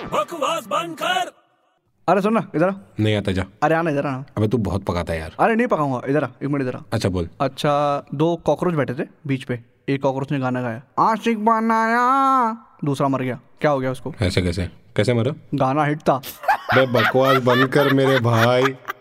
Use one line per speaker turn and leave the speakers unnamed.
आवाज बंद कर
अरे सुन ना इधर आ।
नहीं आता जा
अरे आना इधर आना
अबे तू बहुत पकाता है यार
अरे नहीं पकाऊंगा इधर आ एक मिनट इधर आ
अच्छा बोल
अच्छा दो कॉकरोच बैठे थे बीच पे एक कॉकरोच ने गाना गाया आशिक बनाया दूसरा मर गया क्या हो गया उसको
ऐसे कैसे कैसे मरा
गाना हिट था
बे बकवास बंद कर मेरे भाई